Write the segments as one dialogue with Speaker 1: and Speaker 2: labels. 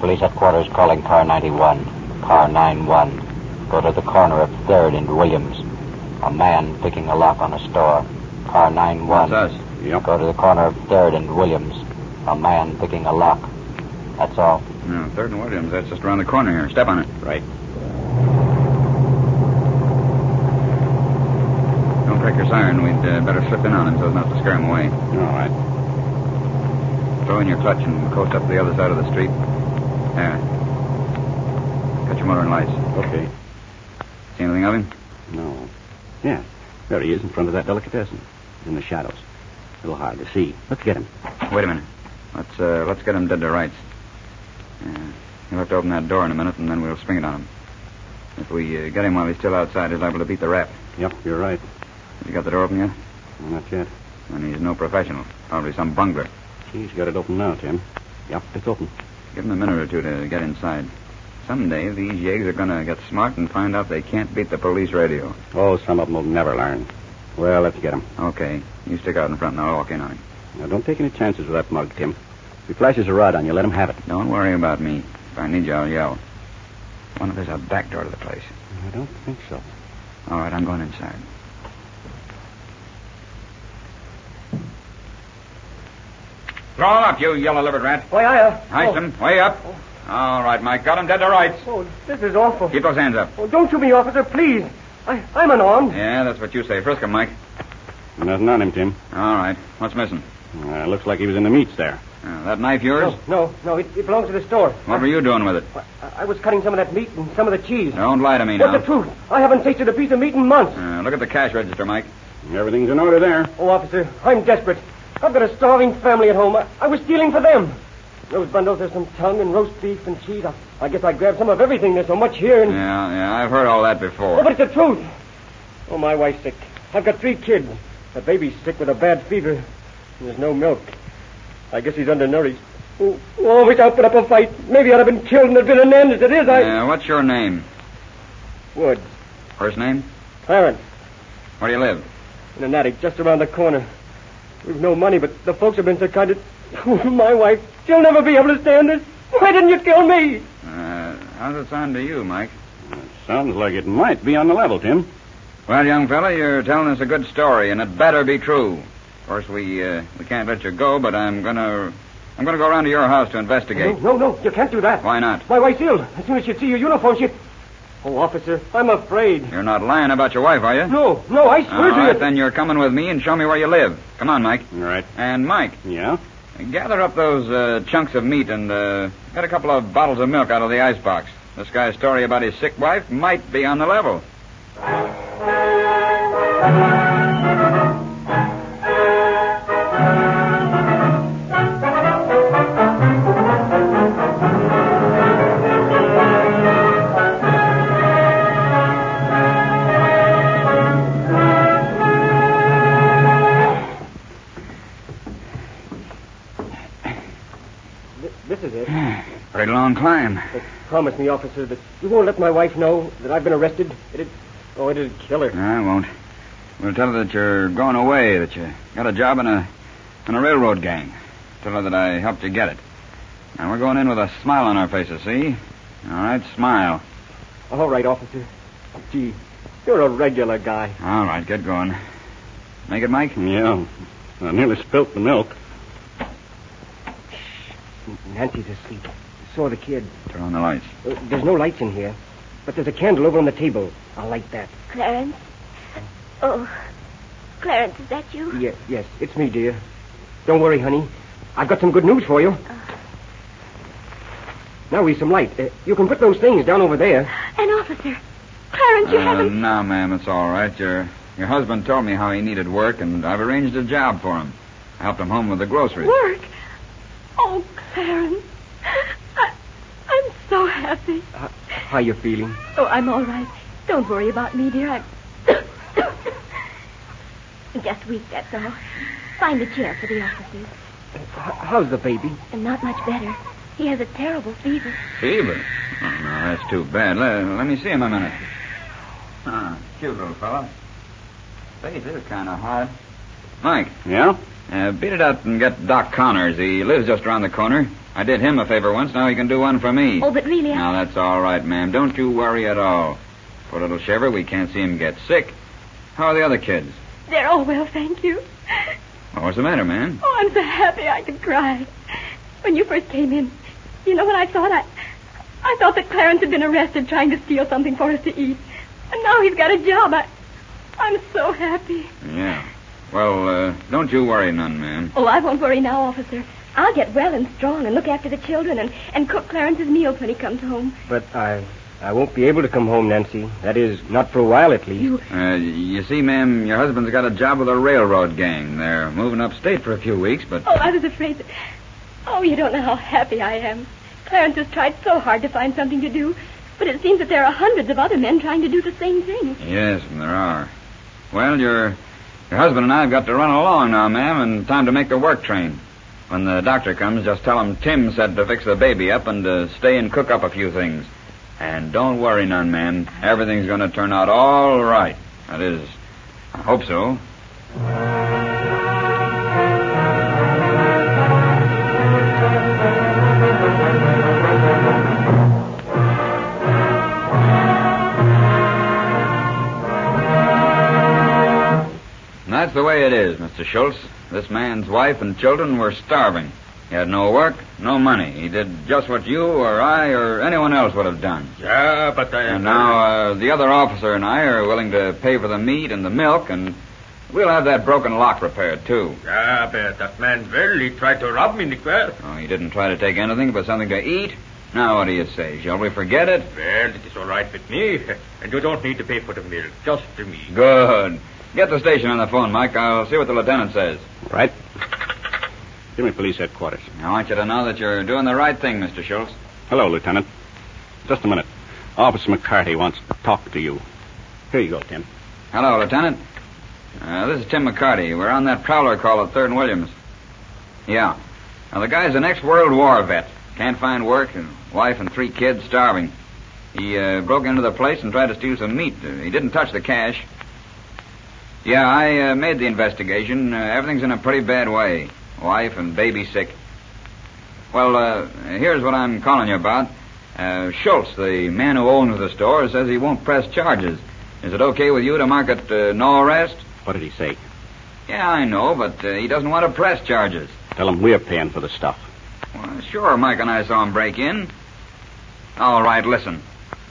Speaker 1: Police headquarters calling car 91. Car 91. Go to the corner of 3rd and Williams. A man picking a lock on a store. Car 91.
Speaker 2: That's us.
Speaker 3: Yep.
Speaker 1: Go to the corner of 3rd and Williams. A man picking a lock. That's all.
Speaker 2: Yeah, third and Williams. That's just around the corner here. Step on it.
Speaker 3: Right.
Speaker 2: Don't crack your siren. We'd uh, better slip in on him so as not to scare him away.
Speaker 3: All right.
Speaker 2: Throw in your clutch and we'll coast up to the other side of the street. There. Cut your motor and lights.
Speaker 3: Okay.
Speaker 2: See anything of him?
Speaker 3: No. Yeah. There he is in front of that delicatessen. In the shadows. A little hard to see. Let's get him.
Speaker 2: Wait a minute. Let's uh, let's get him dead to rights. Uh, he'll have to open that door in a minute, and then we'll spring it on him. If we uh, get him while he's still outside, he's liable to beat the rap.
Speaker 3: Yep, you're right.
Speaker 2: Has he got the door open yet?
Speaker 3: Well, not yet.
Speaker 2: Then he's no professional. Probably some bungler.
Speaker 3: He's got it open now, Tim. Yep, it's open.
Speaker 2: Give him a minute or two to get inside. Someday these yeggs are going to get smart and find out they can't beat the police radio.
Speaker 3: Oh, some of them will never learn. Well, let's get him.
Speaker 2: Okay, you stick out in front and I'll walk in on him.
Speaker 3: Now, don't take any chances with that mug, Tim. If he flashes a rod on you, let him have it.
Speaker 2: Don't worry about me. If I need you, I'll yell. Wonder if there's a back door to the place.
Speaker 3: I don't think so.
Speaker 2: All right, I'm going inside. Throw him up, you yellow-livered rat.
Speaker 4: Why, I.
Speaker 2: Nice him. Way up. All right, Mike. Got him dead to rights.
Speaker 4: Oh, this is awful.
Speaker 2: Keep those hands up.
Speaker 4: Oh, don't shoot me, officer, please. I, I'm unarmed.
Speaker 2: Yeah, that's what you say. Frisk him, Mike.
Speaker 3: Nothing on him, Tim.
Speaker 2: All right. What's missing?
Speaker 3: Uh, looks like he was in the meats there.
Speaker 2: Uh, that knife yours?
Speaker 4: No, no, no, it, it belongs to the store.
Speaker 2: What were you doing with it?
Speaker 4: I, I was cutting some of that meat and some of the cheese.
Speaker 2: Don't lie to me
Speaker 4: What's
Speaker 2: now.
Speaker 4: the truth? I haven't tasted a piece of meat in months.
Speaker 2: Uh, look at the cash register, Mike.
Speaker 3: Everything's in order there.
Speaker 4: Oh, officer, I'm desperate. I've got a starving family at home. I, I was stealing for them. Those bundles, there's some tongue and roast beef and cheese. I, I guess I grabbed some of everything. There's so much here. And...
Speaker 2: Yeah, yeah. I've heard all that
Speaker 4: Oh,
Speaker 2: before.
Speaker 4: but it's the truth. Oh, my wife's sick. I've got three kids. The baby's sick with a bad fever. And There's no milk. I guess he's undernourished. Oh, oh, I wish I'd put up a fight. Maybe I'd have been killed and there'd been an end. As it is, I
Speaker 2: Uh, what's your name?
Speaker 4: would.
Speaker 2: First name?
Speaker 4: Clarence,
Speaker 2: Where do you live?
Speaker 4: in an attic just around the corner. We've no money, but the folks have been so kind to... my wife, she'll never be able to stand this. Why didn't you kill me?
Speaker 2: Uh, how's it sound to you, Mike?
Speaker 3: Sounds like it might be on the level, Tim.
Speaker 2: Well, young fella, you're telling us a good story, and it better be true. Of course, we uh, we can't let you go, but I'm gonna I'm gonna go around to your house to investigate.
Speaker 4: No, no, no, you can't do that.
Speaker 2: Why not?
Speaker 4: My wife's ill. As soon as she'd see your uniform, she... Oh, officer, I'm afraid.
Speaker 2: You're not lying about your wife, are you?
Speaker 4: No, no, I
Speaker 2: All
Speaker 4: swear to you.
Speaker 2: right, then you're coming with me and show me where you live. Come on, Mike.
Speaker 3: All right.
Speaker 2: And Mike,
Speaker 3: Yeah?
Speaker 2: gather up those uh, chunks of meat and uh, get a couple of bottles of milk out of the icebox. This guy's story about his sick wife might be on the level.
Speaker 4: Th- This is it.
Speaker 2: Pretty long climb.
Speaker 4: But promise me, officer, that you won't let my wife know that I've been arrested. It'd, oh, it'd kill her.
Speaker 2: I won't. We'll tell her that you're going away, that you got a job in a in a railroad gang. Tell her that I helped you get it. And we're going in with a smile on our faces, see? All right, smile.
Speaker 4: All right, officer. Gee, you're a regular guy.
Speaker 2: All right, get going. Make it, Mike?
Speaker 3: Yeah. I nearly spilt the milk.
Speaker 4: Nancy's asleep. So are the kid.
Speaker 2: Turn on the lights.
Speaker 4: Uh, There's no lights in here, but there's a candle over on the table. I'll light that.
Speaker 5: Clarence? Oh, Clarence, is that you?
Speaker 4: Yes, yes, it's me, dear. Don't worry, honey. I've got some good news for you. Now we some light. Uh, you can put those things down over there.
Speaker 5: An officer. Clarence, you
Speaker 2: Uh,
Speaker 5: haven't.
Speaker 2: no, ma'am, it's all right. Your your husband told me how he needed work, and I've arranged a job for him. I helped him home with the groceries.
Speaker 5: Work. Oh, Clarence. I, I'm so happy.
Speaker 4: How, how you feeling?
Speaker 5: Oh, I'm all right. Don't worry about me, dear. I'm just weak, that's all. Find a chair for the officers.
Speaker 4: H- how's the baby?
Speaker 5: And not much better. He has a terrible fever.
Speaker 2: Fever? Oh, no, that's too bad. Let, let me see him a minute. Ah, cute little fella. Face is kind of hard. Mike,
Speaker 3: Yeah?
Speaker 2: uh, beat it up and get Doc Connors. He lives just around the corner. I did him a favor once. Now he can do one for me.
Speaker 5: Oh, but really, I...
Speaker 2: Now, that's all right, ma'am. Don't you worry at all. Poor little Shiver, we can't see him get sick. How are the other kids?
Speaker 5: They're all well, thank you.
Speaker 2: Well, what's the matter, ma'am?
Speaker 5: Oh, I'm so happy I could cry. When you first came in, you know what I thought? I, I thought that Clarence had been arrested trying to steal something for us to eat. And now he's got a job. I, I'm so happy.
Speaker 2: Yeah. Well, uh, don't you worry none, ma'am.
Speaker 5: Oh, I won't worry now, officer. I'll get well and strong and look after the children and, and cook Clarence's meals when he comes home.
Speaker 4: But I, I won't be able to come home, Nancy. That is, not for a while at least.
Speaker 5: You,
Speaker 2: Uh, you see, ma'am, your husband's got a job with a railroad gang. They're moving upstate for a few weeks, but
Speaker 5: oh, I was afraid that. Oh, you don't know how happy I am. Clarence has tried so hard to find something to do, but it seems that there are hundreds of other men trying to do the same thing.
Speaker 2: yes, there are. Well, your your husband and I've got to run along now, ma'am, and time to make the work train. When the doctor comes, just tell him Tim said to fix the baby up and to stay and cook up a few things. And don't worry none, ma'am. Everything's going to turn out all right. That is, I hope so. And that's the way it is, Mr. Schultz. This man's wife and children were starving. He had no work, no money. He did just what you or I or anyone else would have done.
Speaker 6: Yeah, but I.
Speaker 2: And now uh, the other officer and I are willing to pay for the meat and the milk, and we'll have that broken lock repaired, too.
Speaker 6: Yeah, but that man really tried to rob me, Nicole.
Speaker 2: Oh, he didn't try to take anything but something to eat. Now, what do you say? Shall we forget it?
Speaker 6: Well, it is all right with me. And you don't need to pay for the milk, just to me.
Speaker 2: Good. Get the station on the phone, Mike. I'll see what the lieutenant says.
Speaker 3: Right. Give me police headquarters.
Speaker 2: I want you to know that you're doing the right thing, Mr. Schultz.
Speaker 3: Hello, Lieutenant. Just a minute. Officer McCarty wants to talk to you. Here you go, Tim.
Speaker 2: Hello, Lieutenant. Uh, this is Tim McCarty. We're on that prowler call at Third and Williams. Yeah. Now, the guy's an ex-World War vet. Can't find work, and wife and three kids starving. He uh, broke into the place and tried to steal some meat. Uh, he didn't touch the cash. Yeah, I uh, made the investigation. Uh, everything's in a pretty bad way. Wife and baby sick. Well, uh, here's what I'm calling you about. Uh, Schultz, the man who owns the store, says he won't press charges. Is it okay with you to mark it uh, no arrest?
Speaker 3: What did he say?
Speaker 2: Yeah, I know, but uh, he doesn't want to press charges.
Speaker 3: Tell him we're paying for the stuff.
Speaker 2: Well, sure, Mike and I saw him break in. All right, listen.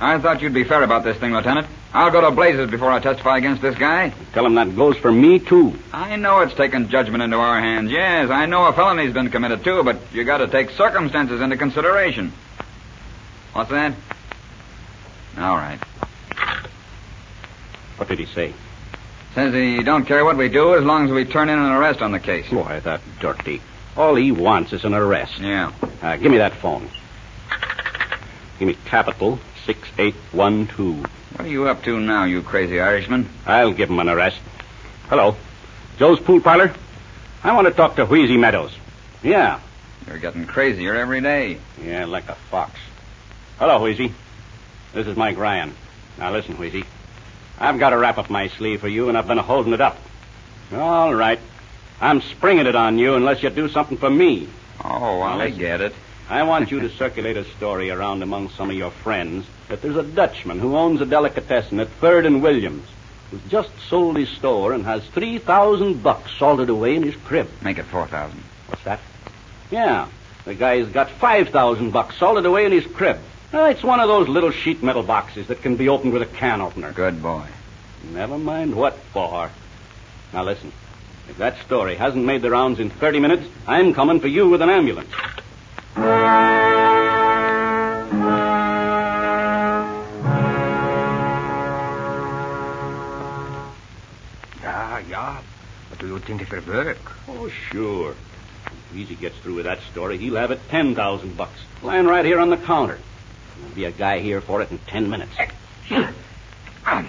Speaker 2: I thought you'd be fair about this thing, Lieutenant. I'll go to blazes before I testify against this guy.
Speaker 3: Tell him that goes for me, too.
Speaker 2: I know it's taking judgment into our hands. Yes, I know a felony's been committed too, but you got to take circumstances into consideration. What's that? All right.
Speaker 3: What did he say?
Speaker 2: Says he don't care what we do as long as we turn in an arrest on the case.
Speaker 3: Boy, that dirty. All he wants is an arrest.
Speaker 2: Yeah.
Speaker 3: Uh, give me that phone. Give me capital 6812.
Speaker 2: What are you up to now, you crazy Irishman?
Speaker 3: I'll give him an arrest. Hello. Joe's pool parlor? I want to talk to Wheezy Meadows. Yeah.
Speaker 2: You're getting crazier every day.
Speaker 3: Yeah, like a fox. Hello, Wheezy. This is Mike Ryan. Now listen, Wheezy. I've got a wrap up my sleeve for you, and I've been holding it up. All right. I'm springing it on you unless you do something for me.
Speaker 2: Oh, well, I
Speaker 3: Listen.
Speaker 2: get it.
Speaker 3: I want you to circulate a story around among some of your friends that there's a Dutchman who owns a delicatessen at Third and Williams who's just sold his store and has 3,000 bucks salted away in his crib.
Speaker 2: Make it 4,000.
Speaker 3: What's that? Yeah. The guy's got 5,000 bucks solid away in his crib. Well, it's one of those little sheet metal boxes that can be opened with a can opener.
Speaker 2: Good boy.
Speaker 3: Never mind what for. Now listen. If that story hasn't made the rounds in 30 minutes, I'm coming for you with an ambulance.
Speaker 6: Ja,
Speaker 4: Ah,
Speaker 6: ja. But do you think it will work?
Speaker 3: Oh, sure. If Easy gets through with that story, he'll have it 10,000 bucks. Lying right here on the counter. There'll be a guy here for it in 10 minutes.
Speaker 7: Um,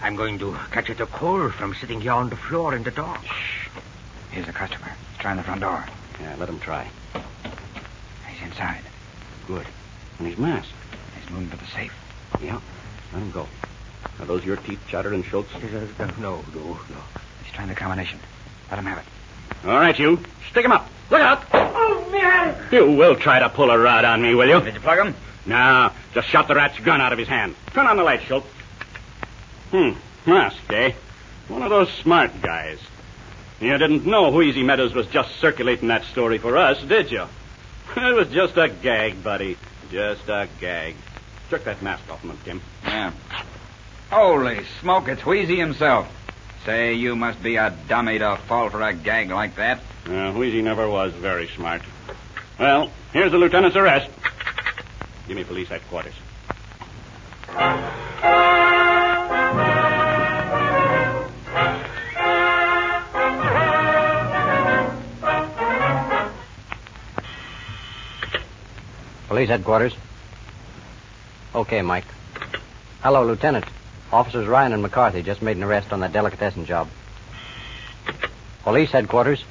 Speaker 7: I'm going to catch it a cold from sitting here on the floor in the dark. Shh.
Speaker 2: Here's a customer. Trying the front door.
Speaker 3: Yeah, let him try.
Speaker 2: He's inside.
Speaker 3: Good. And his mask.
Speaker 2: He's moving for the safe.
Speaker 3: Yeah. Let him go. Are those your teeth, Chatter and Schultz?
Speaker 7: No, no, no.
Speaker 2: He's trying the combination. Let him have it.
Speaker 3: All right, you. Stick him up. Look out. Oh, man. You will try to pull a rod on me, will you?
Speaker 2: you plug him?
Speaker 3: Now, just shot the rat's gun out of his hand. Turn on the light, Schultz. Hmm. Mask, eh? One of those smart guys. You didn't know Wheezy Meadows was just circulating that story for us, did you? It was just a gag, buddy. Just a gag. Took that mask off him, Tim.
Speaker 2: Yeah. Holy smoke, it's Wheezy himself. Say, you must be a dummy to fall for a gag like that.
Speaker 3: Uh, Wheezy never was very smart. Well, here's the lieutenant's arrest. Give me police headquarters.
Speaker 1: Police headquarters. Okay, Mike. Hello, Lieutenant. Officers Ryan and McCarthy just made an arrest on that delicatessen job. Police headquarters.